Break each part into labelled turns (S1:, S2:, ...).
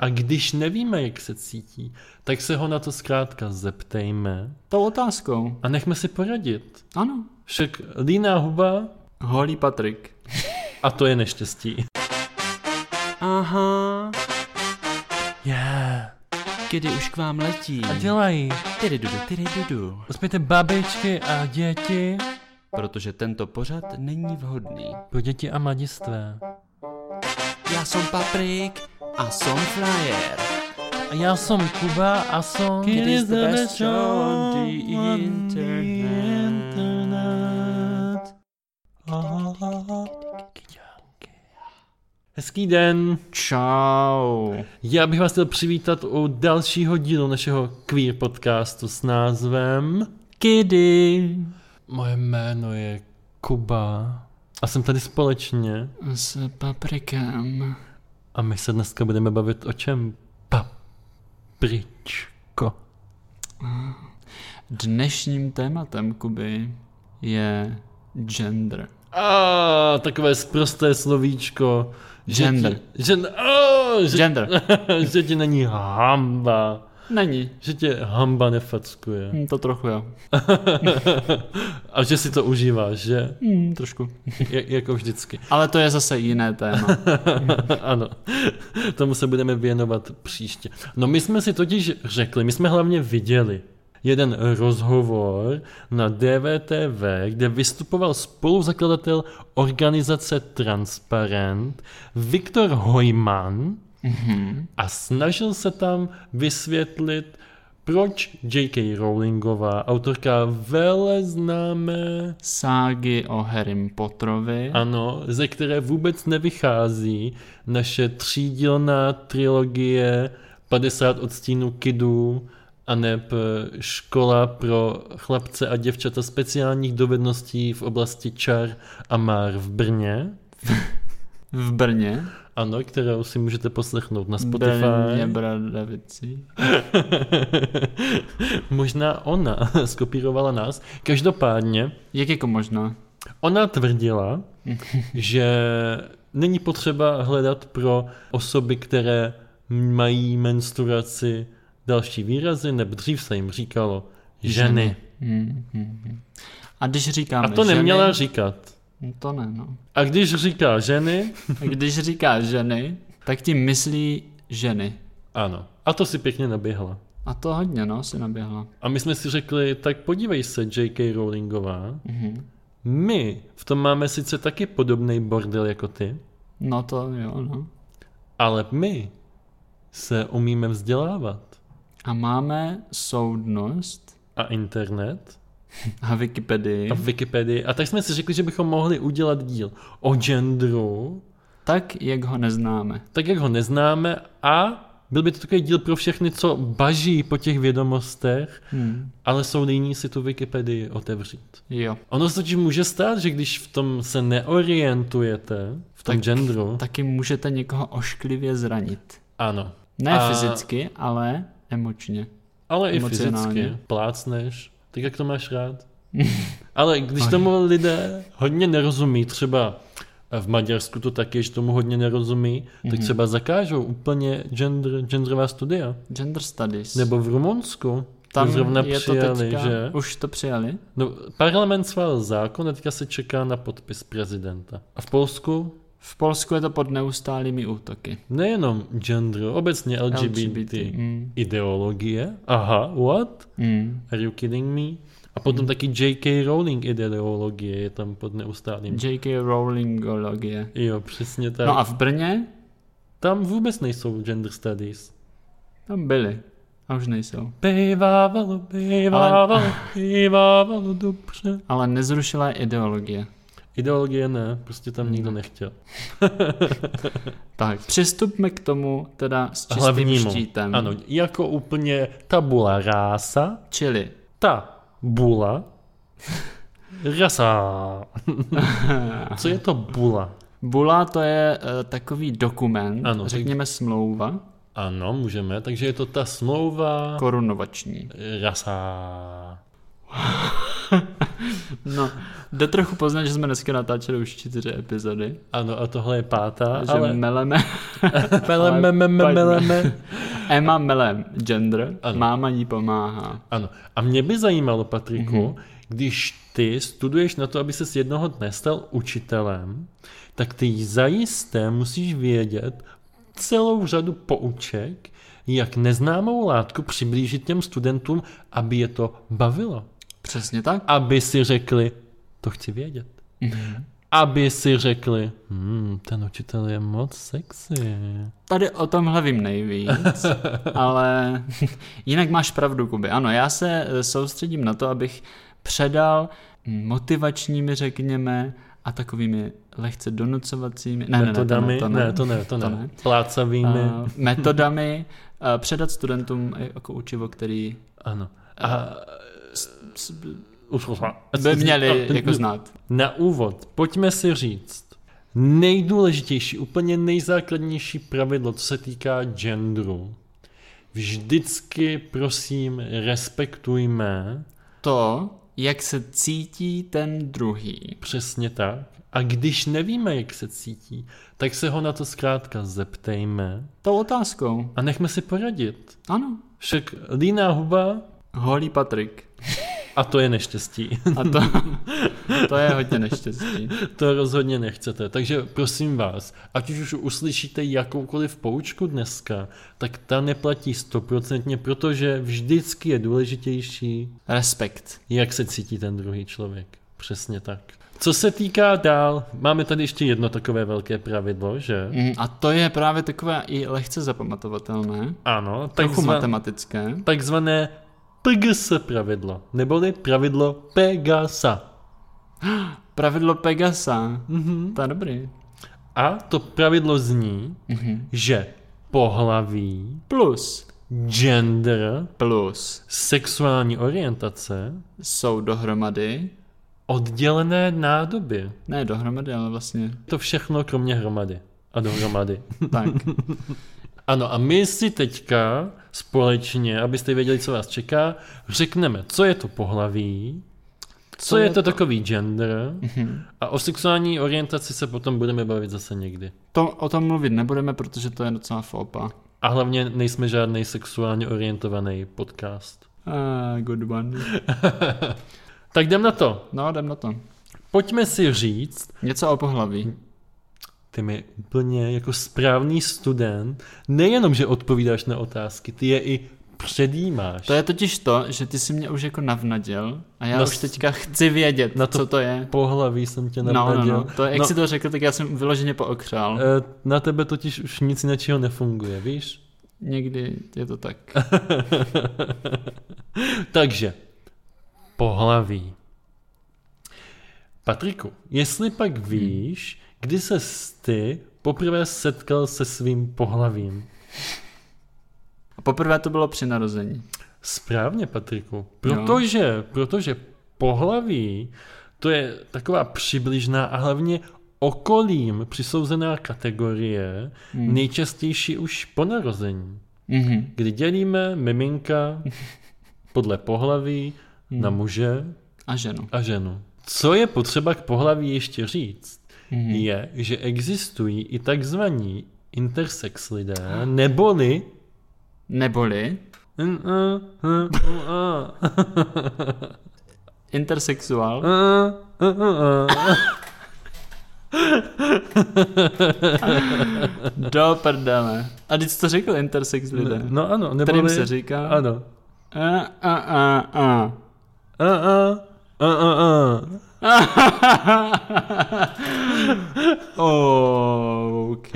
S1: A když nevíme, jak se cítí, tak se ho na to zkrátka zeptejme
S2: Tou otázkou.
S1: a nechme si poradit.
S2: Ano.
S1: Však líná huba
S2: Holý Patrik.
S1: a to je neštěstí.
S2: Aha,
S1: Yeah.
S2: kdy už k vám letí.
S1: A dělají.
S2: Tyry dudu, tyry dudu.
S1: Uspějte babičky a děti.
S2: Protože tento pořad není vhodný.
S1: Pro děti a mladistvé.
S2: Já jsem Paprik a jsem Flyer.
S1: A já jsem Kuba a jsem...
S2: It is the best show on the internet.
S1: Hezký den.
S2: Čau.
S1: Já bych vás chtěl přivítat u dalšího dílu našeho queer podcastu s názvem
S2: Kdy
S1: Moje jméno je Kuba a jsem tady společně
S2: s paprikem.
S1: a my se dneska budeme bavit o čem? Papričko.
S2: Dnešním tématem Kuby je gender.
S1: A takové sprosté slovíčko. Že
S2: Gender.
S1: ti- Žen, a, že,
S2: Gender.
S1: že ti není hamba.
S2: Není.
S1: Že tě hamba nefackuje.
S2: Hm, To trochu jo.
S1: A že si to užíváš, že?
S2: Hm, trošku.
S1: Jak, jako vždycky.
S2: Ale to je zase jiné téma.
S1: ano, tomu se budeme věnovat příště. No my jsme si totiž řekli, my jsme hlavně viděli jeden rozhovor na DVTV, kde vystupoval spoluzakladatel organizace Transparent Viktor Hojman a snažil se tam vysvětlit, proč J.K. Rowlingová, autorka vele známé
S2: Ságy o Harry Potterovi.
S1: ano, ze které vůbec nevychází naše třídílná trilogie 50 odstínů kidů a neb eh, škola pro chlapce a děvčata speciálních dovedností v oblasti čar a már v Brně.
S2: V Brně.
S1: Ano, kterou si můžete poslechnout na Spotify.
S2: Brně Bradavicí.
S1: Možná ona skopírovala nás. Každopádně,
S2: Jak jako možná?
S1: Ona tvrdila, že není potřeba hledat pro osoby, které mají menstruaci další výrazy, nebo dřív se jim říkalo ženy.
S2: Hm, hm, hm. A když říkáme
S1: A to
S2: ženy,
S1: neměla říkat.
S2: To ne, no.
S1: A když říká ženy,
S2: A Když říká ženy, tak tím myslí ženy.
S1: ano. A to si pěkně naběhla.
S2: A to hodně, no, si naběhla.
S1: A my jsme si řekli, tak podívej se, J.K. Rowlingová,
S2: Mhm.
S1: my v tom máme sice taky podobný bordel jako ty,
S2: No to jo, no.
S1: ale my se umíme vzdělávat.
S2: A máme soudnost
S1: A internet
S2: a Wikipedii.
S1: a v Wikipedii. A tak jsme si řekli, že bychom mohli udělat díl o genderu,
S2: Tak, jak ho neznáme.
S1: tak jak ho neznáme a byl by to takový díl pro všechny, co baží po těch vědomostech,
S2: Hm.
S1: ale jsou nyní si tu Wikipedii otevřít.
S2: Jo.
S1: Ono se totiž může stát, že když v tom se neorientujete, v tom
S2: Tak-
S1: genderu,
S2: Taky můžete někoho ošklivě zranit.
S1: ano,
S2: Ne
S1: A-
S2: a... fyzicky, ale emočně.
S1: ale i
S2: Emocionálně.
S1: fyzicky, plácneš, tak jak to máš rád. Ale když tomu lidé hodně nerozumí, třeba v Maďarsku to tak je, že tomu hodně nerozumí,
S2: Mhm.
S1: tak třeba zakážou úplně gender, genderová studia.
S2: Gender studies.
S1: Nebo v Rumunsku tam
S2: Tam
S1: zrovna
S2: je
S1: přijali,
S2: to teďka,
S1: že?
S2: Už to přijali?
S1: No, parlament schválil zákon a teďka se čeká na podpis prezidenta. A v Polsku
S2: V Polsku je to pod neustálými útoky.
S1: nejenom gender, obecně LGBT,
S2: LGBT. Mm.
S1: ideologie. Aha, what?
S2: Mm.
S1: Are you kidding me? A potom taky J.K. Rowling ideologie je tam pod neustálým.
S2: J.K. Rowlingologie.
S1: Jo, přesně tak.
S2: No a v Brně
S1: Tam vůbec nejsou gender studies.
S2: tam byli. A už nejsou.
S1: Bývávalo, bývávalo, Ale... bývávalo dobře.
S2: Ale nezrušila je ideologie.
S1: Ideologie ne, prostě tam nikdo nechtěl.
S2: Tak, přistupme k tomu teda s čistým
S1: Hlavnímu.
S2: štítem.
S1: Ano, jako úplně tabula rása,
S2: Čili
S1: ta bula, rasa. Co je to bula?
S2: bula to je e, takový dokument,
S1: Ano, No. tak-
S2: řekněme smlouva,
S1: Ano, můžeme, takže je to ta smlouva
S2: korunovační.
S1: rasa.
S2: No, jde trochu poznat, že jsme dneska natáčeli už čtyři epizody,
S1: Ano, a tohle je pátá,
S2: že
S1: ale...
S2: meleme.
S1: Mele, me, me, me, mele, me.
S2: Emma mele gender,
S1: Ano.
S2: máma jí pomáhá.
S1: Ano. A mě by zajímalo, Patriku,
S2: Mhm.
S1: mm-hmm. když ty studuješ na to, aby ses jednoho dne stal učitelem, tak ty zajisté musíš vědět celou řadu pouček, jak neznámou látku přiblížit těm studentům, aby je to bavilo.
S2: Přesně tak.
S1: Aby si řekli, to chci vědět.
S2: Mhm.
S1: Aby si řekli, hmm, ten učitel je moc sexy.
S2: Tady o tomhle vím nejvíc, ale jinak máš pravdu, Kuby. Ano, já se eh, soustředím na to, abych předal motivačními, řekněme, a takovými lehce donucovacími... Ne, ne, ne, to ne,
S1: Metodami?
S2: to ne.
S1: to ne, to ne.
S2: To ne.
S1: Plácavými.
S2: A metodami eh, předat studentům jako učivo, který
S1: Ano. A
S2: by měli jako znát.
S1: No, Na úvod, pojďme si říct, nejdůležitější, úplně nejzákladnější pravidlo, co se týká genderu. Vždycky, prosím, respektujme
S2: To, jak se cítí ten druhý.
S1: přesně tak. A když nevíme, jak se cítí, tak se ho na to zkrátka zeptejme
S2: Tou otázkou.
S1: a nechme si poradit.
S2: Ano.
S1: Však líná huba
S2: Holý Patrik.
S1: a to je neštěstí.
S2: A to, to je hodně neštěstí.
S1: To rozhodně nechcete. Takže prosím vás, ať už uslyšíte jakoukoliv poučku dneska, tak ta neplatí stoprocentně, protože vždycky je důležitější,
S2: Respekt.
S1: jak se cítí ten druhý člověk. Přesně tak. Co se týká dál, máme tady ještě jedno takové velké pravidlo, že?
S2: Mm, A to je právě takové i lehce zapamatovatelné,
S1: Ano,
S2: trochu
S1: takzvané,
S2: matematické.
S1: takzvané PGS pravidlo, neboli pravidlo Pegasa.
S2: Pravidlo Pegasa. Mm-hmm. To je dobrý.
S1: A to pravidlo zní,
S2: Mhm.
S1: že pohlaví,
S2: Plus.
S1: gender
S2: Plus.
S1: sexuální orientace
S2: Jsou dohromady.
S1: oddělené nádoby.
S2: Ne dohromady, ale vlastně
S1: To všechno kromě hromady. A dohromady.
S2: tak.
S1: Ano, a my si teďka společně, abyste věděli, co vás čeká, řekneme, co je to pohlaví, co je to Mhm. takový gender a o sexuální orientaci se potom budeme bavit zase někdy.
S2: To, o tom mluvit nebudeme, protože to je docela fopa.
S1: A hlavně nejsme žádný sexuálně orientovaný podcast.
S2: Uh, good one.
S1: Tak jdem na to.
S2: No, jdem na to.
S1: Pojďme si říct,
S2: Něco o pohlaví.
S1: Ty mi úplně jako správný student, nejenom, že odpovídáš na otázky, ty je i předjímáš.
S2: To je totiž to, že ty si mě už jako navnadil a já
S1: Na
S2: už
S1: No s-
S2: teďka chci vědět,
S1: na
S2: na
S1: to
S2: to, co to je.
S1: Pohlaví jsem tě
S2: No, no,
S1: navnadil.
S2: no. To, jak
S1: No,
S2: jsi to řekl, tak já jsem vyloženě pookřál.
S1: eh, Na tebe totiž už nic jiného nefunguje, víš?
S2: Někdy je to tak.
S1: Takže, pohlaví. Patriku, jestli pak
S2: Hmm.
S1: víš, kdy se ty poprvé setkal se svým pohlavím?
S2: A poprvé to bylo při narození.
S1: Správně, Patriku. Protože, no. protože pohlaví to je taková přibližná a hlavně okolím přisouzená kategorie, hmm. nejčastější už po narození,
S2: Mhm.
S1: kdy dělíme miminka podle pohlaví hmm. na muže
S2: A ženu.
S1: a ženu. Co je potřeba k pohlaví ještě říct, hmm.
S2: Mhm.
S1: je, že existují i takzvaní intersex lidé, neboli
S2: Neboli intersexuál.
S1: Eh.
S2: Do prdele. A když jsi to řekl intersex lidé.
S1: No ano, nebo
S2: Kterým se říká?
S1: Ano.
S2: A, a, a, a.
S1: A, a, a, a, a.
S2: OK.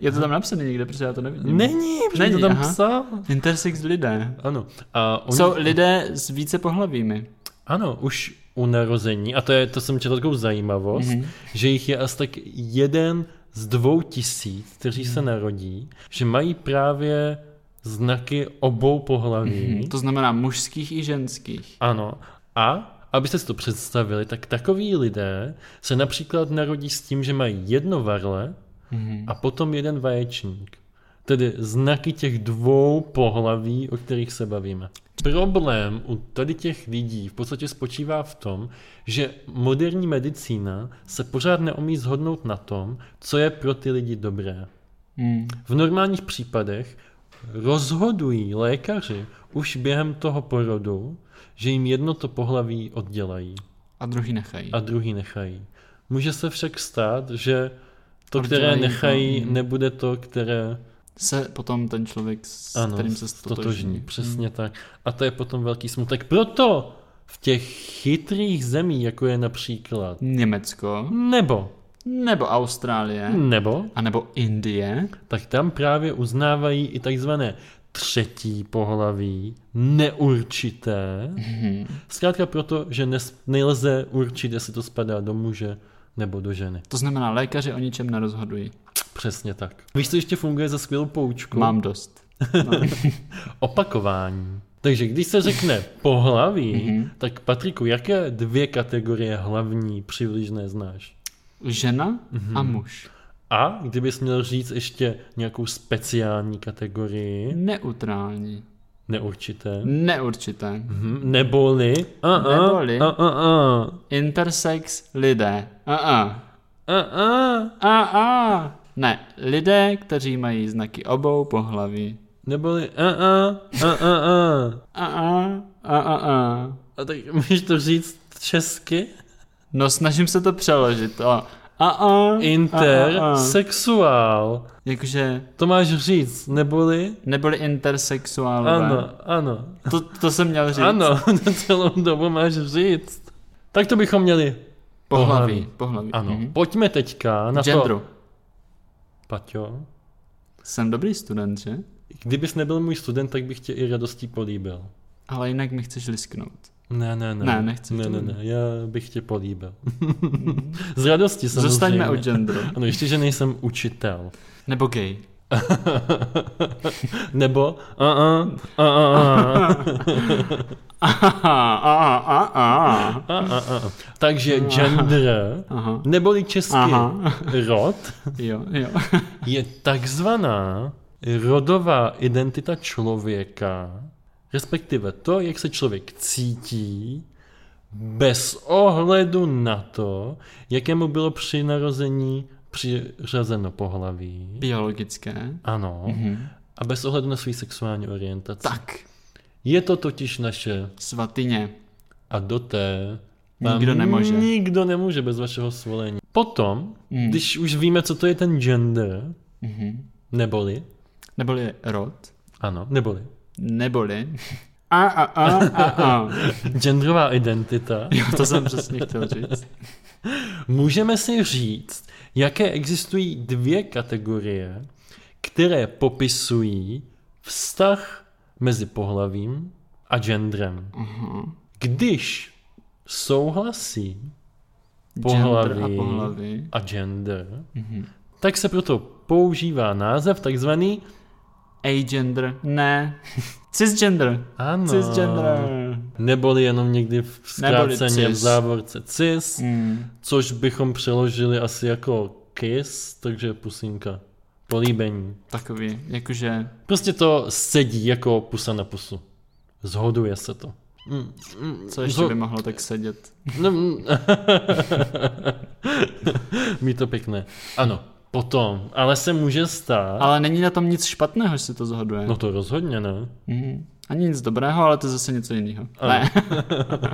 S2: Je to tam napsané někde, protože já to nevidím.
S1: Není, protože
S2: Není,
S1: to tam
S2: aha.
S1: psal.
S2: Intersex lidé.
S1: Ano. A oni,
S2: Jsou lidé s více pohlavími.
S1: ano, už u narození, a to, je, to jsem četl takovou zajímavost,
S2: Mhm.
S1: mm-hmm. že jich je asi tak jeden z dvou tisíc, kteří se
S2: Mhm.
S1: narodí, že mají právě znaky obou pohlaví. Mm-hmm.
S2: To znamená mužských i ženských.
S1: Ano. A abyste si to představili, tak takoví lidé se například narodí s tím, že mají jedno varle mm-hmm. a potom jeden vaječník. Tedy znaky těch dvou pohlaví, o kterých se bavíme. Problém u tady těch lidí v podstatě spočívá v tom, že moderní medicína se pořád neumí zhodnout na tom, co je pro ty lidi dobré.
S2: Mm.
S1: V normálních případech rozhodují lékaři už během toho porodu, že jim jedno to pohlaví oddělají
S2: A druhý nechají.
S1: a druhý nechají. Může se však stát, že to,
S2: Oddělají
S1: které
S2: to,
S1: nechají,
S2: mm.
S1: nebude to, které
S2: Se potom ten člověk, s
S1: ano,
S2: kterým se
S1: totožní.
S2: stotožní. Mhm.
S1: Přesně tak. A to je potom velký smutek. Proto v těch chytrých zemí, jako je například
S2: Německo,
S1: nebo,
S2: nebo Austrálie,
S1: nebo,
S2: a nebo Indie,
S1: tak tam právě uznávají i takzvané třetí pohlaví, neurčité. Zkrátka proto, že nes, nelze určit, jestli to spadá do muže nebo do ženy.
S2: to znamená lékaři o ničem nerozhodují.
S1: Přesně tak. Víš, co ještě funguje za skvělou poučku?
S2: Mám dost.
S1: Opakování. Takže když se řekne pohlaví, tak Patriku, jaké dvě kategorie hlavní přibližné znáš?
S2: Žena a
S1: Mhm.
S2: muž.
S1: A kdybys měl říct ještě nějakou speciální kategorii,
S2: Neutrální.
S1: neurčité,
S2: Neurčité.
S1: Mhm, neboli, a a,
S2: Neboli.
S1: a a a,
S2: Intersex lidé. A a.
S1: a a,
S2: A a. Ne, lidé, kteří mají znaky obou pohlaví.
S1: neboli a a, a a a.
S2: A a. A a a.
S1: A tak můžeš to říct česky?
S2: No snažím se to přeložit. O. A a. A, a, a.
S1: Intersexuál.
S2: Jakože
S1: To máš říct, neboli?
S2: nebyli intersexuálové.
S1: Ano, ano.
S2: To, to jsem měl říct.
S1: Ano, na celou dobu máš říct. Tak to bychom měli.
S2: Pohlaví. Pohlaví.
S1: Ano.
S2: Mhm.
S1: Pojďme teďka na to.
S2: Gendru.
S1: Paťo,
S2: Jsem dobrý student, že?
S1: kdybys nebyl můj student, tak bych tě i radostí políbil.
S2: Ale jinak mi chceš lisknout.
S1: Ne, ne, ne.
S2: Ne, nechci
S1: Ne,
S2: to. Mhm.
S1: ne, ne, já bych tě políbil. Z radosti samozřejmě.
S2: Zostaňme u genderu.
S1: Ano, ještě, že nejsem učitel.
S2: Nebo gay.
S1: Nebo a a a a
S2: Aha, aha, aha.
S1: a a a. Takže gender,
S2: Aha.
S1: neboli česky
S2: Aha.
S1: rod,
S2: Jo, jo.
S1: je takzvaná rodová identita člověka, respektive to, jak se člověk cítí, bez ohledu na to, jakému bylo při narození přiřazeno pohlaví.
S2: Biologické.
S1: Ano. A bez ohledu na svou sexuální orientaci.
S2: Mhm. Tak,
S1: Je to totiž naše
S2: svatyně.
S1: a do té vám
S2: Nikdo nemůže.
S1: Nikdo nemůže bez vašeho svolení. Potom,
S2: Mm.
S1: když už víme, co to je ten gender,
S2: Mhm.
S1: neboli,
S2: Neboli rod.
S1: ano, neboli,
S2: Neboli. A, a, a, a, a.
S1: genderová identita,
S2: Jo, to jsem přesně chtěl říct.
S1: můžeme si říct, jaké existují dvě kategorie, které popisují vztah mezi pohlavím a genderem.
S2: Aha.
S1: Když souhlasí
S2: Gender a
S1: Pohlaví.
S2: pohlaví.
S1: a gender,
S2: Mhm.
S1: tak se proto používá název takzvaný
S2: Agender. Ne. Cisgender.
S1: ano,
S2: Cisgender.
S1: neboli jenom někdy v
S2: Neboli
S1: zkráceně v
S2: cis.
S1: závorce cis,
S2: Mm.
S1: což bychom přeložili asi jako kiss, takže pusinka, políbení.
S2: Takový, jakože
S1: Prostě to sedí jako pusa na pusu. Zhoduje se to. Mm, mm,
S2: Co ještě
S1: zho-
S2: by mohlo tak sedět?
S1: No, mm. Mí to pěkné. Ano, potom, ale se může stát.
S2: Ale není na tom nic špatného, že se to zhoduje.
S1: No to rozhodně ne.
S2: Mhm. Ani nic dobrého, ale to je zase něco jiného. Ne,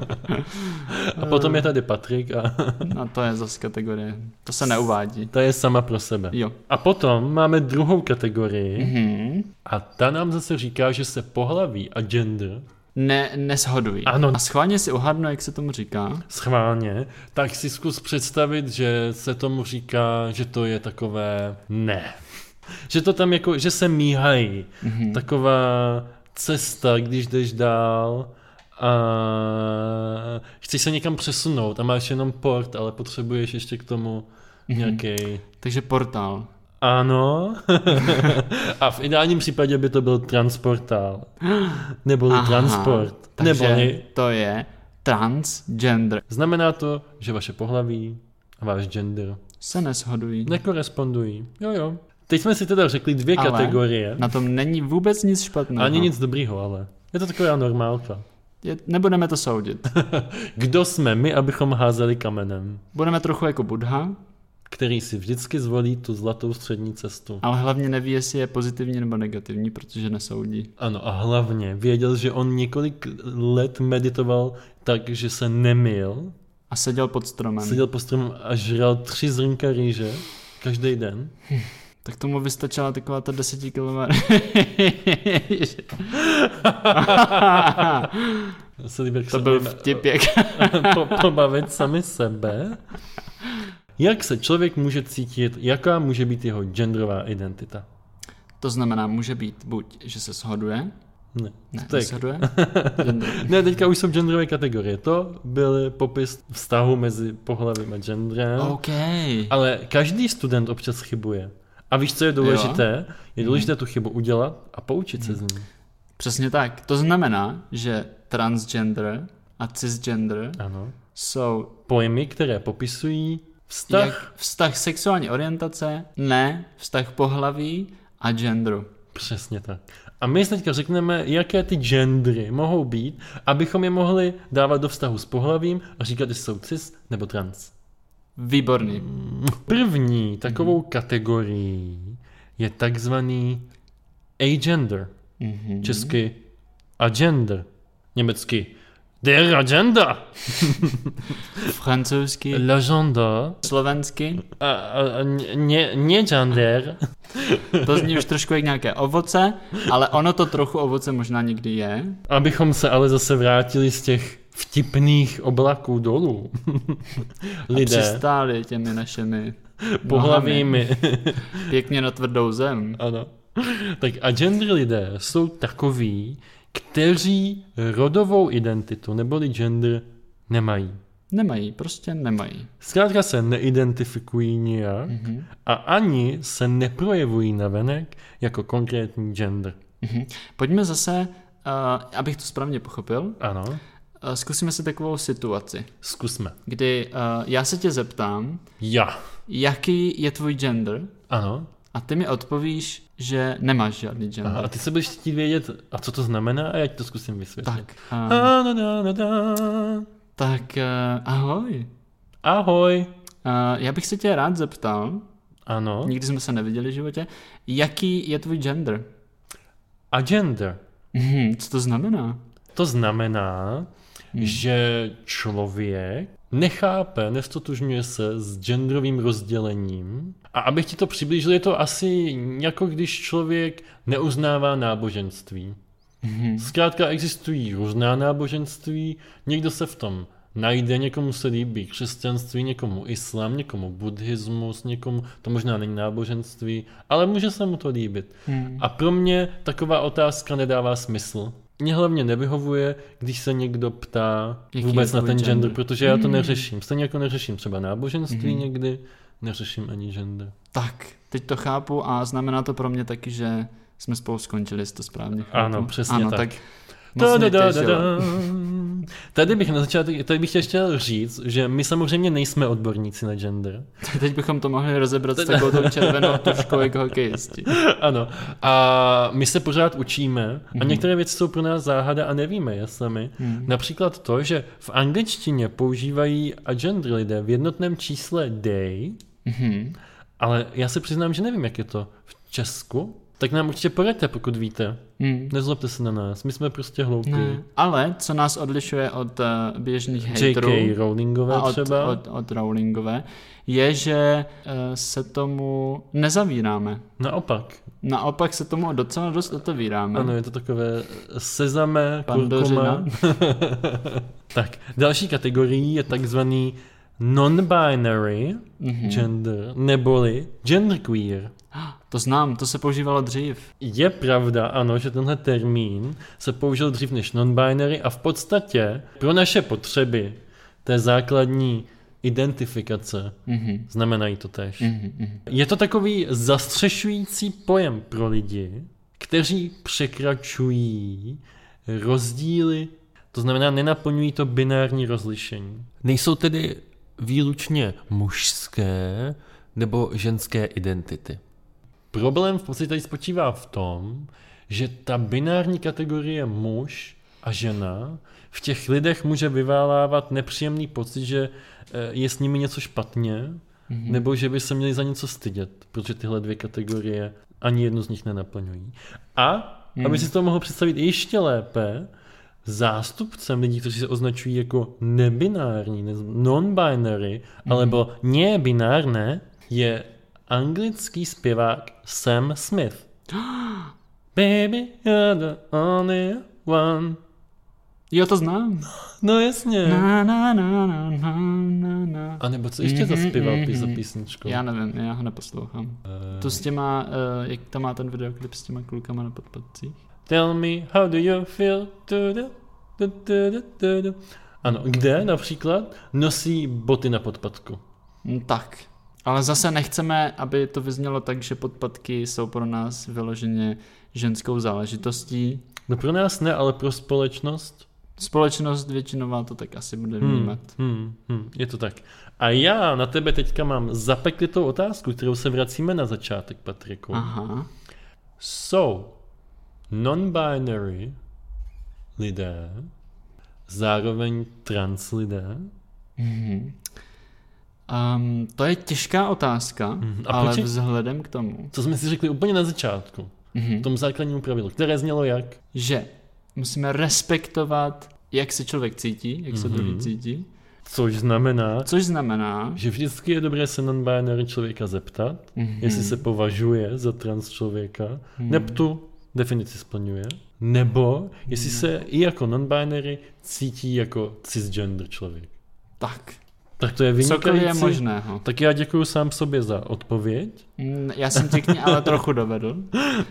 S1: A potom je tady Patrik a
S2: no to je zase kategorie. To se neuvádí.
S1: ta je sama pro sebe.
S2: Jo.
S1: A potom máme druhou kategorii
S2: Mhm.
S1: a ta nám zase říká, že se pohlaví a gender
S2: Ne, neshodují.
S1: Ano.
S2: A schválně si uhadnu, jak se tomu říká.
S1: schválně, tak si zkus představit, že se tomu říká, že to je takové ne. Že to tam jako, že se míhají.
S2: Mhm.
S1: Taková cesta, když jdeš dál a chceš se někam přesunout a máš jenom port, ale potřebuješ ještě k tomu
S2: Mhm.
S1: nějaký
S2: Takže portál.
S1: Ano. A v ideálním případě by to byl transportál. Neboli
S2: Aha,
S1: transport.
S2: Takže
S1: Neboli.
S2: to je transgender.
S1: Znamená to, že vaše pohlaví a váš gender
S2: Se neshodují.
S1: nekorespondují. Jo, jo. Teď jsme si teda řekli dvě
S2: Ale- No,
S1: ale... kategorie.
S2: Na tom není vůbec nic špatného.
S1: Ani nic dobrýho, ale. Je to taková normálka.
S2: Je, nebudeme to soudit.
S1: Kdo jsme my, abychom házeli kamenem?
S2: Budeme trochu jako Budha,
S1: Který si vždycky zvolí tu zlatou střední cestu.
S2: ale hlavně neví, jestli je pozitivní nebo negativní, protože nesoudí.
S1: Ano, a hlavně věděl, že on několik let meditoval tak, že se nemil,
S2: A seděl pod stromem.
S1: seděl po stromu a žral tři zrnka rýže každý den.
S2: Tak tomu vystačila taková ta 10 km.
S1: Se líbí, jak
S2: to
S1: se
S2: byl
S1: umíme-
S2: vtip, jak...
S1: po, pobavit sami sebe. Jak se člověk může cítit, jaká může být jeho genderová identita?
S2: To znamená, může být buď, že se shoduje,
S1: Ne,
S2: ne,
S1: tak.
S2: neshoduje.
S1: ne teďka už jsou genderové kategorie. To byl popis vztahu mezi pohlavím a genderem.
S2: OK.
S1: Ale každý student občas chybuje. A víš, co je důležité? Jo. Mhm. Je důležité tu chybu udělat a poučit se z ní.
S2: Přesně tak. To znamená, že transgender a cisgender
S1: Ano.
S2: jsou
S1: Pojmy, které popisují vztah. Jak?
S2: jak vztah sexuální orientace, ne vztah pohlaví a genderu.
S1: Přesně tak. A my si teďka řekneme, jaké ty gendry mohou být, abychom je mohli dávat do vztahu s pohlavím a říkat, jestli jsou cis nebo trans.
S2: Výborný.
S1: První takovou kategorií je takzvaný agender.
S2: Mhm.
S1: Česky agender. Německy der agenda.
S2: Francouzsky,
S1: Legenda.
S2: slovensky.
S1: A, a, a ně, ně gender.
S2: To zní už trošku jak nějaké ovoce, ale ono to trochu ovoce možná někdy je.
S1: Abychom se ale zase vrátili z těch vtipných oblaků dolů. Lidé
S2: Přistáli těmi našimi nohami
S1: pohlavími.
S2: Pěkně na tvrdou zem.
S1: ano. Tak a gender lidé jsou takoví, kteří rodovou identitu neboli gender nemají.
S2: Nemají, prostě nemají.
S1: Zkrátka se neidentifikují nijak
S2: Mhm.
S1: a ani se neprojevují na venek jako konkrétní gender.
S2: Mhm. Pojďme zase, uh, abych to správně pochopil, uh,
S1: Ano,
S2: zkusíme si takovou situaci,
S1: zkusme.
S2: kdy uh, já se tě zeptám,
S1: Já.
S2: jaký je tvůj gender
S1: Ano.
S2: a ty mi odpovíš, že nemáš žádný gender.
S1: Aha, a ty se budeš chtít vědět, a co to znamená, a já ti to zkusím vysvětlit.
S2: Tak, uh,
S1: A, da, da, da, da.
S2: tak uh, ahoj.
S1: Ahoj.
S2: Uh, já bych se tě rád zeptal,
S1: Ano.
S2: nikdy jsme se neviděli v životě, jaký je tvůj gender?
S1: A gender.
S2: Mhm, co to znamená?
S1: To znamená, že člověk nechápe, nestotožňuje se s genderovým rozdělením. A abych ti to přiblížil, je to asi jako když člověk neuznává náboženství.
S2: Mhm.
S1: Zkrátka existují různá náboženství, někdo se v tom najde, někomu se líbí křesťanství, někomu islám, někomu buddhismus, někomu to možná není náboženství, ale může se mu to líbit.
S2: Hmm.
S1: A pro mě taková otázka nedává smysl. Mně hlavně nevyhovuje, když se někdo ptá
S2: Jaký
S1: vůbec
S2: je
S1: na
S2: tvůj
S1: ten gender,
S2: gender? Hmm.
S1: protože já to neřeším. Stejně jako neřeším třeba náboženství někdy, neřeším ani gender.
S2: Tak, teď to chápu a znamená to pro mě taky, že jsme spolu skončili, jestli to správně chápu.
S1: Ano, přesně
S2: ano,
S1: tak.
S2: tak. moc mě
S1: Ta-da-da-da-da.
S2: těšilo.
S1: Tady bych na začátek, tady bych tě chtěl říct, že my samozřejmě nejsme odborníci na gender.
S2: Teď bychom to mohli rozebrat s takovou tou červenou tuškou jako hokejisti.
S1: Ano. A my se pořád učíme
S2: Mhm.
S1: a některé věci jsou pro nás záhada a nevíme je sami. Například to, že v angličtině používají agender lidé v jednotném čísle day,
S2: Mhm.
S1: ale já se přiznám, že nevím, jak je to v Česku. Tak nám určitě poradte, pokud víte.
S2: Mm.
S1: Nezlobte se na nás, my jsme prostě hloupí.
S2: Ne. Ale co nás odlišuje od eh, běžných hejterů
S1: J.K. Rowlingové
S2: a od,
S1: třeba.
S2: od, od Rowlingové, je, že eh, se tomu nezavíráme.
S1: Naopak,
S2: Naopak se tomu docela dost otevíráme.
S1: Ano, je to takové sezame,
S2: Pandořina.
S1: kurkuma. tak, další kategorií je takzvaný non-binary gender, neboli genderqueer.
S2: To znám, to se používalo dřív.
S1: Je pravda, ano, že tenhle termín se použil dřív než non-binary a v podstatě pro naše potřeby té základní identifikace
S2: Mhm.
S1: znamenají to tež.
S2: Mhm, mhm.
S1: Je to takový zastřešující pojem pro lidi, kteří překračují rozdíly, to znamená nenaplňují to binární rozlišení.
S3: Nejsou tedy výlučně mužské nebo ženské identity.
S1: Problém v podstatě tady spočívá v tom, že ta binární kategorie muž a žena v těch lidech může vyválávat nepříjemný pocit, že eh, je s nimi něco špatně, mm-hmm. nebo že by se měli za něco stydět, protože tyhle dvě kategorie ani jednu z nich nenaplňují. A, mm. aby si to mohl představit ještě lépe, zástupcem lidí, kteří se označují jako nebinární, ne- non-binary, mm. alebo nebinárné, je anglický zpěvák Sam Smith. Baby, you're the only one.
S2: Jo, to znám.
S1: No jasně.
S2: Na, na, na, na, na, na, na.
S1: A nebo co ještě
S2: Mhm,
S1: zaspíval mm-hmm. za
S2: mhm.
S1: písničkou?
S2: Já nevím, já ho neposlouchám. To s těma, eh, jak tam má ten videoklip s těma klukama na podpadcích?
S1: Tell me, how do you feel? Tu, du, tu, tu, du, tu, du. Ano, kde například nosí boty na podpadku.
S2: Mm, Tak. Ale zase nechceme, aby to vyznělo tak, že podpadky jsou pro nás vyloženě ženskou záležitostí.
S1: No pro nás ne, ale pro společnost.
S2: Společnost většinová to tak asi bude vnímat. Hmm.
S1: Hmm, hmm, je to tak. A já na tebe teďka mám zapeklitou otázku, kterou se vracíme na začátek, Patriku.
S2: Aha.
S1: Jsou non-binary lidé zároveň trans lidé?
S2: Um, to je těžká otázka,
S1: Mhm. A
S2: ale
S1: počkej.
S2: vzhledem k tomu,
S1: Co jsme si řekli úplně na začátku,
S2: Mhm.
S1: v tom základním pravidlu, které znělo jak?
S2: že musíme respektovat, jak se člověk cítí, jak se
S1: Hmm.
S2: druhý cítí,
S1: Což znamená,
S2: což znamená,
S1: že vždycky je dobré se non-binary člověka zeptat,
S2: Mhm.
S1: jestli se považuje za trans člověka, neb tu definici splňuje, nebo jestli
S2: Mhm.
S1: se i jako non-binary cítí jako cisgender člověk.
S2: tak,
S1: Tak to je
S2: cokoliv je
S1: vynikající.
S2: možného.
S1: Tak já děkuji sám sobě za odpověď.
S2: Mm, Já jsem tě k ní ale trochu dovedl.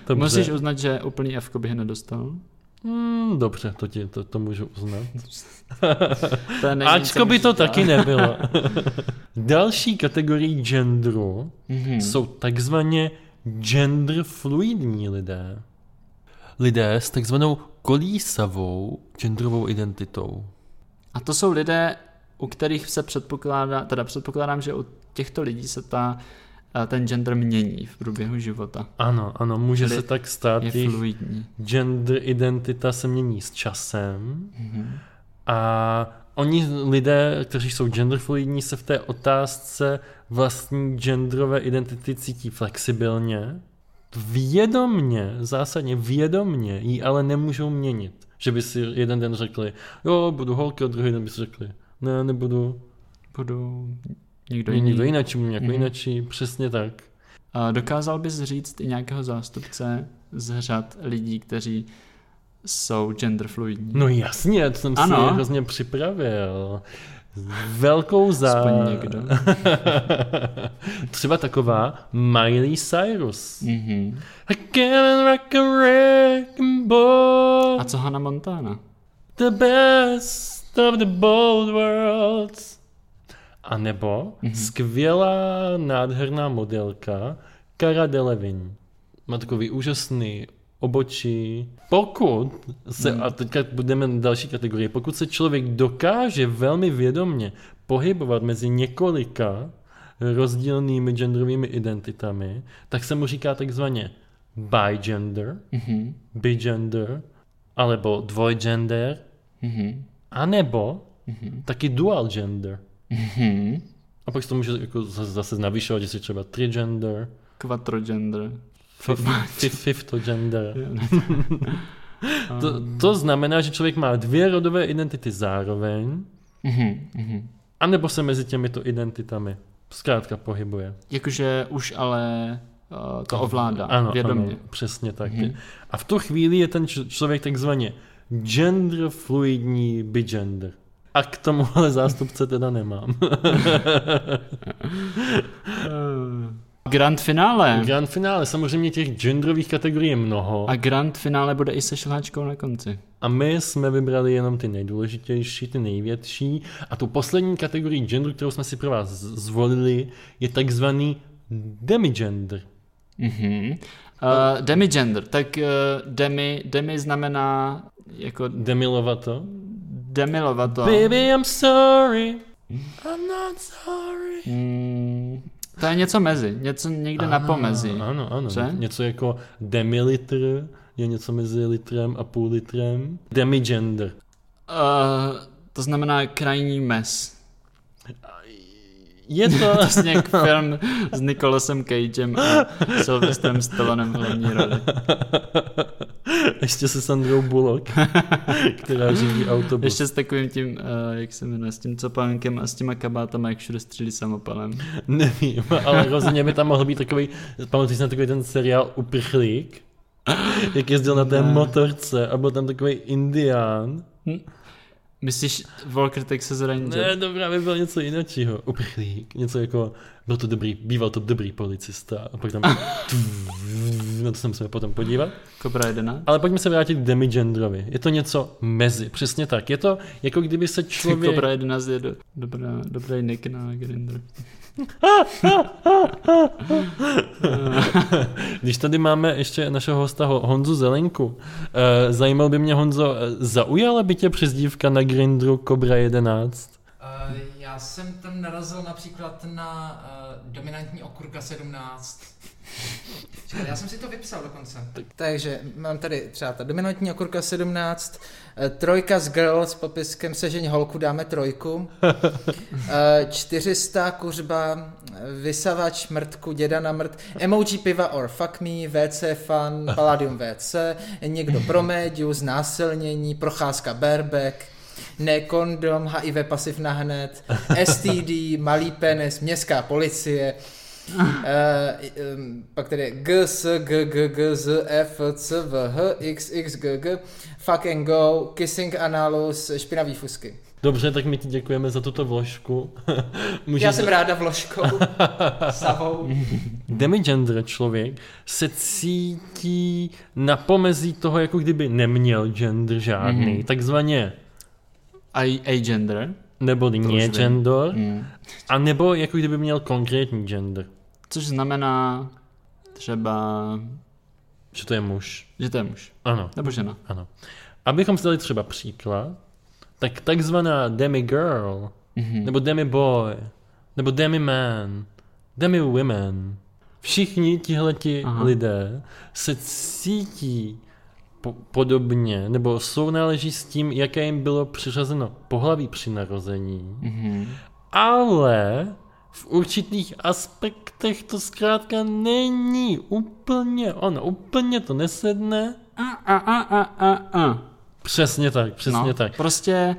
S1: Dobře,
S2: Musíš uznat, že úplný F bych nedostal.
S1: mm, dobře to, ti, to, to můžu uznat.
S2: To je nejvíc, co
S1: Ačko by
S2: můžeš
S1: to
S2: dělat.
S1: taky nebylo. Další kategorií genderu
S2: Mhm.
S1: jsou takzvaně gender fluidní lidé. Lidé s takzvanou kolísavou genderovou identitou.
S2: A to jsou lidé, u kterých se předpokládá, teda předpokládám, že u těchto lidí se ta, eh, ten gender mění v průběhu života.
S1: Ano, ano, může
S2: Čili
S1: se tak stát,
S2: Je
S1: jejich
S2: fluidní.
S1: gender identita se mění s časem
S2: Mhm.
S1: a oni lidé, kteří jsou gender fluidní, se v té otázce vlastní genderové identity cítí flexibilně, vědomně, zásadně vědomně ji ale nemůžou měnit. Že by si jeden den řekli, jo, budu holky, a druhý den by si řekli, ne, nebudu,
S2: Budu někdo
S1: budu někdo
S2: jiný.
S1: jinačí, budu jako
S2: Mhm.
S1: mm-hmm. jinačí, přesně tak.
S2: A Dokázal bys říct i nějakého zástupce z řad lidí, kteří jsou gender fluidní?
S1: No jasně, to jsem ano.
S2: Ano.
S1: si hrozně připravil. S Velkou zá...
S2: Aspoň někdo.
S1: Třeba taková Miley Cyrus.
S2: Mhm.
S1: I can rock a wreck and ball,
S2: A co Hannah Montana?
S1: the best of the bold worlds. A nebo
S2: Mhm.
S1: mm-hmm. skvělá, nádherná modelka Cara Delevingne. Má takový úžasný obočí. Pokud se,
S2: Mhm.
S1: a teďka budeme na další kategorii, pokud se člověk dokáže velmi vědomně pohybovat mezi několika rozdílnými genderovými identitami, tak se mu říká takzvaně bigender,
S2: Mhm.
S1: bigender, alebo dvojgender,
S2: Mhm.
S1: a nebo taky dual gender.
S2: Mhm.
S1: A pak se to může jako z- zase navyšovat, že jsi třeba trigender,
S2: Quattrogender.
S1: fifthogender. To, to znamená, že člověk má dvě rodové identity zároveň,
S2: Mhm. Mhm.
S1: anebo se mezi těmito identitami zkrátka pohybuje.
S2: Jakože už ale eh, to ovládá
S1: Ano,
S2: vědomě.
S1: ano přesně tak. Mm-hmm. A v tu chvíli je ten č- člověk takzvaně gender fluidní bigender. A k tomu ale zástupce teda nemám.
S2: Eh, Grand finále.
S1: V grand finále samozřejmě těch genderových kategorií je mnoho.
S2: A grand finále bude i se šláčkou na konci.
S1: A my jsme vybrali jenom ty nejdůležitější, ty největší. A tu poslední kategorii genderu, kterou jsme si pro vás z- zvolili, je takzvaný demigender.
S2: Mhm. Uh, demigender, tak uh, demi, demi znamená jako
S1: Demilovato.
S2: demilovato.
S1: Baby, I'm sorry. I'm not sorry.
S2: Mm, To je něco mezi, něco někde na pomezí.
S1: Ano, ano.
S2: Co?
S1: Něco jako demilitr je něco mezi litrem a půl litrem. Demigender.
S2: Uh, to znamená krajní mes.
S1: Je to...
S2: Přesně jak film s Nicolasem Cagem a Sylvestrem Stallonem v hlavní roli.
S1: Ještě se Sandrou Bullock, která řídí autobus.
S2: Ještě s takovým tím, uh, jak se jmenuje, s tím copánkem a s těma kabátama, jak všude střílí samopalem.
S1: Nevím, ale rozhodně by tam mohl být takový, pamatuješ si na takový ten seriál Uprchlík? Jak jezdil na té motorce a byl tam takový indián.
S2: Myslíš Volker Texas Ranger?
S1: Ne, to právě bylo něco jiného. Uprchlík, něco jako, byl to dobrý, býval to dobrý policista. A pak tam, na to se musíme potom podívat.
S2: Cobra 11?
S1: Ale pojďme se vrátit k demigendrovi. Je to něco mezi, přesně tak. Je to jako kdyby se člověk...
S2: Cobra 11 je do, dobrá, dobrý nick na Grindr.
S1: Když tady máme ještě našeho hosta Ho- Honzu Zelenku, eh, zajímal by mě Honzo, eh, zaujala by tě přezdívka na Grindru Cobra 11?
S4: Eh, Já jsem tam narazil například na uh, dominantní okurka 17. Čekaj, Já jsem si to vypsal dokonce. Takže mám tady třeba ta dominantní okurka 17, eh, trojka z girl s popiskem sežeň holku dáme trojku, eh, 400 kuřba, eh, vysavač mrtku, děda na mrt, emoji piva or fuck me, VC fan, palladium VC, někdo promédiu, znásilnění, procházka bareback, ne kondom, HIV pasiv na hned, STD, malý penis, městská policie, Eh, ehm, pak tady je G, S, G, G, G, Z, F, C, V, H, X, X, G, G, fuck and go, kissing analus, špinavý fusky.
S1: Dobře, tak my ti děkujeme za tuto vložku. Můžeš...
S4: Já jsem ráda vložkou, savou.
S1: Demigender člověk se cítí na pomezí toho, jako kdyby neměl gender žádný, mm-hmm. takzvaně
S2: A, a gender?
S1: nebo
S2: už
S1: nie
S2: vím.
S1: gender,
S2: Mm.
S1: a nebo jako kdyby měl konkrétní gender,
S2: Což znamená třeba,
S1: že to je muž.
S2: že to je muž.
S1: Ano.
S2: Nebo žena.
S1: Ano. Abychom si dali třeba příklad, tak takzvaná demi girl,
S2: Mhm.
S1: mm-hmm. nebo demi boy, nebo demi man, demi women, všichni tihleti
S2: Aha.
S1: Aha. lidé se cítí po- podobně, nebo sounáleží s tím, jaké jim bylo přiřazeno pohlaví při narození,
S2: Mhm.
S1: ale v určitých aspektech to zkrátka není úplně ono, úplně to nesedne.
S2: A, a, a, a, a, a.
S1: Přesně tak, přesně
S2: No,
S1: no. tak.
S2: prostě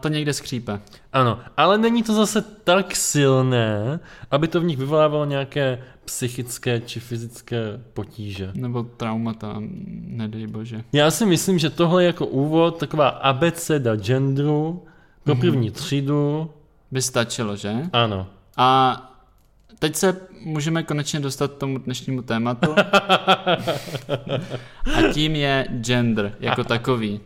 S2: to někde skřípe.
S1: Ano, ale není to zase tak silné, aby to v nich vyvolávalo nějaké psychické či fyzické potíže.
S2: Nebo traumata, nedej bože.
S1: Já si myslím, že tohle je jako úvod, taková abeceda genderu pro první třídu.
S2: By stačilo, že?
S1: Ano.
S2: A teď se můžeme konečně dostat k tomu dnešnímu tématu. A tím je gender jako takový.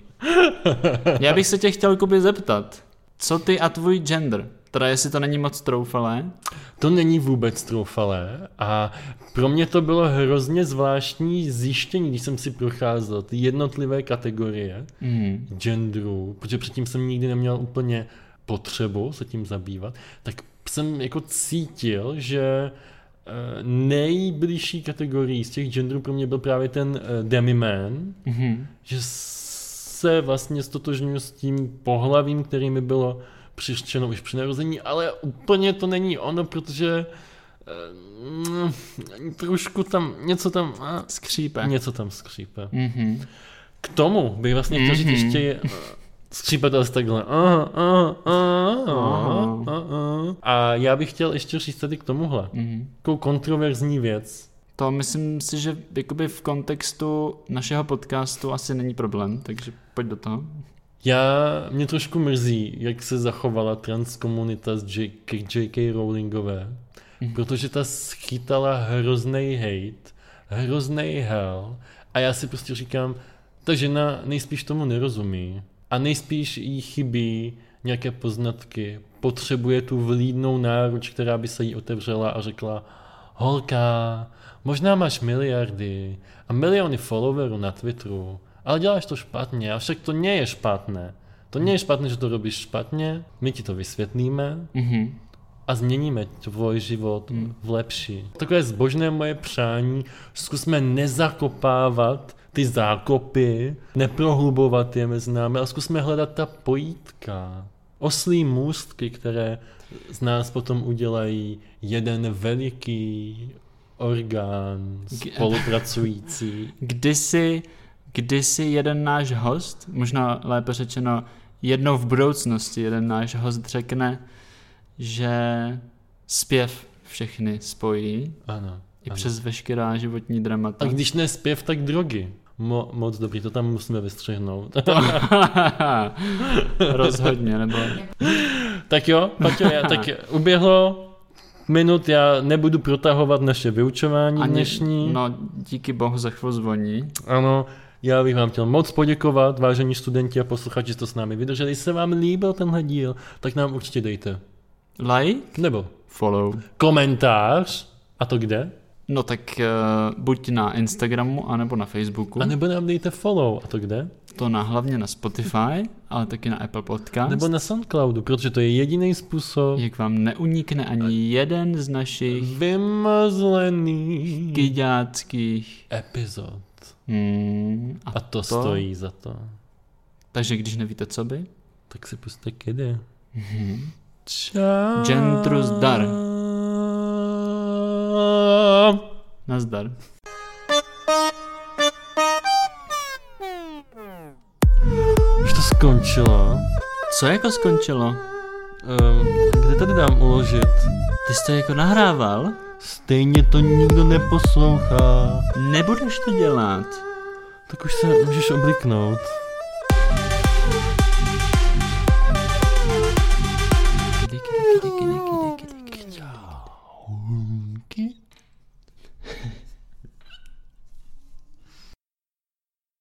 S2: Já bych se tě chtěl, Kuby, zeptat. Co ty a tvůj gender? Teda jestli to není moc troufalé.
S1: To není vůbec troufalé a pro mě to bylo hrozně zvláštní zjištění, když jsem si procházel ty jednotlivé kategorie
S2: Mm.
S1: genderu, protože předtím jsem nikdy neměl úplně potřebu se tím zabývat, tak jsem jako cítil, že eh, nejbližší kategorií z těch genderů pro mě byl právě ten eh, demi-man,
S2: Mhm.
S1: že se vlastně stotožňuji s tím pohlavím, který mi bylo přištěno už při narození, ale úplně to není ono, protože eh, mm, trošku tam, něco tam, a,
S2: Skřípe.
S1: něco tam skřípe.
S2: Mhm.
S1: K tomu bych vlastně chtěl říct
S2: Mhm.
S1: ještě je, skřípat asi takhle. Aha, aha, aha, aha,
S2: Aha.
S1: aha. A já bych chtěl ještě říct tady k tomuhle.
S2: Mhm.
S1: Takovou kontroverzní věc.
S2: To myslím si, že jakoby v kontextu našeho podcastu asi není problém, takže pojď do toho.
S1: Já, mě trošku mrzí, jak se zachovala transkomunita z J- k J.K. Rowlingové, protože ta schytala hrozný hate, hrozný hell a já si prostě říkám, ta žena nejspíš tomu nerozumí a nejspíš jí chybí nějaké poznatky, potřebuje tu vlídnou náruč, která by se jí otevřela a řekla, holka, možná máš miliardy a miliony followerů na Twitteru, ale děláš to špatně, a však to nie je špatné. To nie je špatné, že to robíš špatně, my ti to vysvětlíme
S2: Mhm.
S1: a změníme tvůj život hmm. v lepší. Takové zbožné moje přání, zkusme nezakopávat ty zákopy, neprohlubovat je mezi námi, ale zkusme hledat ta pojítka. Oslí můstky, které z nás potom udělají jeden veliký orgán spolupracující.
S2: Kdysi, kdysi jeden náš host, možná lépe řečeno jednou v budoucnosti, jeden náš host řekne, že zpěv všechny spojí.
S1: Ano.
S2: I
S1: ano.
S2: přes veškerá životní dramata.
S1: A když ne zpěv, tak drogy. Mo- moc dobrý, to tam musíme vystřihnout.
S2: Rozhodně, nebo...
S1: tak jo, Paťo, já, tak uběhlo minut, já nebudu protahovat naše vyučování Ani, dnešní.
S2: No, díky bohu za chvíli zvoní.
S1: Ano, já bych vám chtěl moc poděkovat, vážení studenti a posluchači, že jste s námi vydrželi. Jestli se vám líbil tenhle díl, tak nám určitě dejte.
S2: Like,
S1: Nebo
S2: follow.
S1: komentář, a to kde?
S2: No tak uh, buď na Instagramu, anebo na Facebooku.
S1: A nebo nám dejte follow, a to kde?
S2: To na, hlavně na Spotify, ale taky na Apple Podcast.
S1: Nebo na Soundcloudu, protože to je jediný způsob
S2: Jak vám neunikne ani jeden z našich
S1: vymazlený
S2: kyďáckých...
S1: epizod.
S2: Hmm,
S1: A to, to stojí za to.
S2: Takže když nevíte, co by,
S1: Tak si puste kedy. Čau.
S2: Gentru zdar. nazdar.
S1: Už to skončilo.
S2: Co jako skončilo?
S1: Ehm, kde tady dám uložit?
S2: Ty jsi to jako nahrával?
S1: Stejně to nikdo neposlouchá.
S2: Nebudeš to dělat.
S1: Tak už se můžeš obliknout.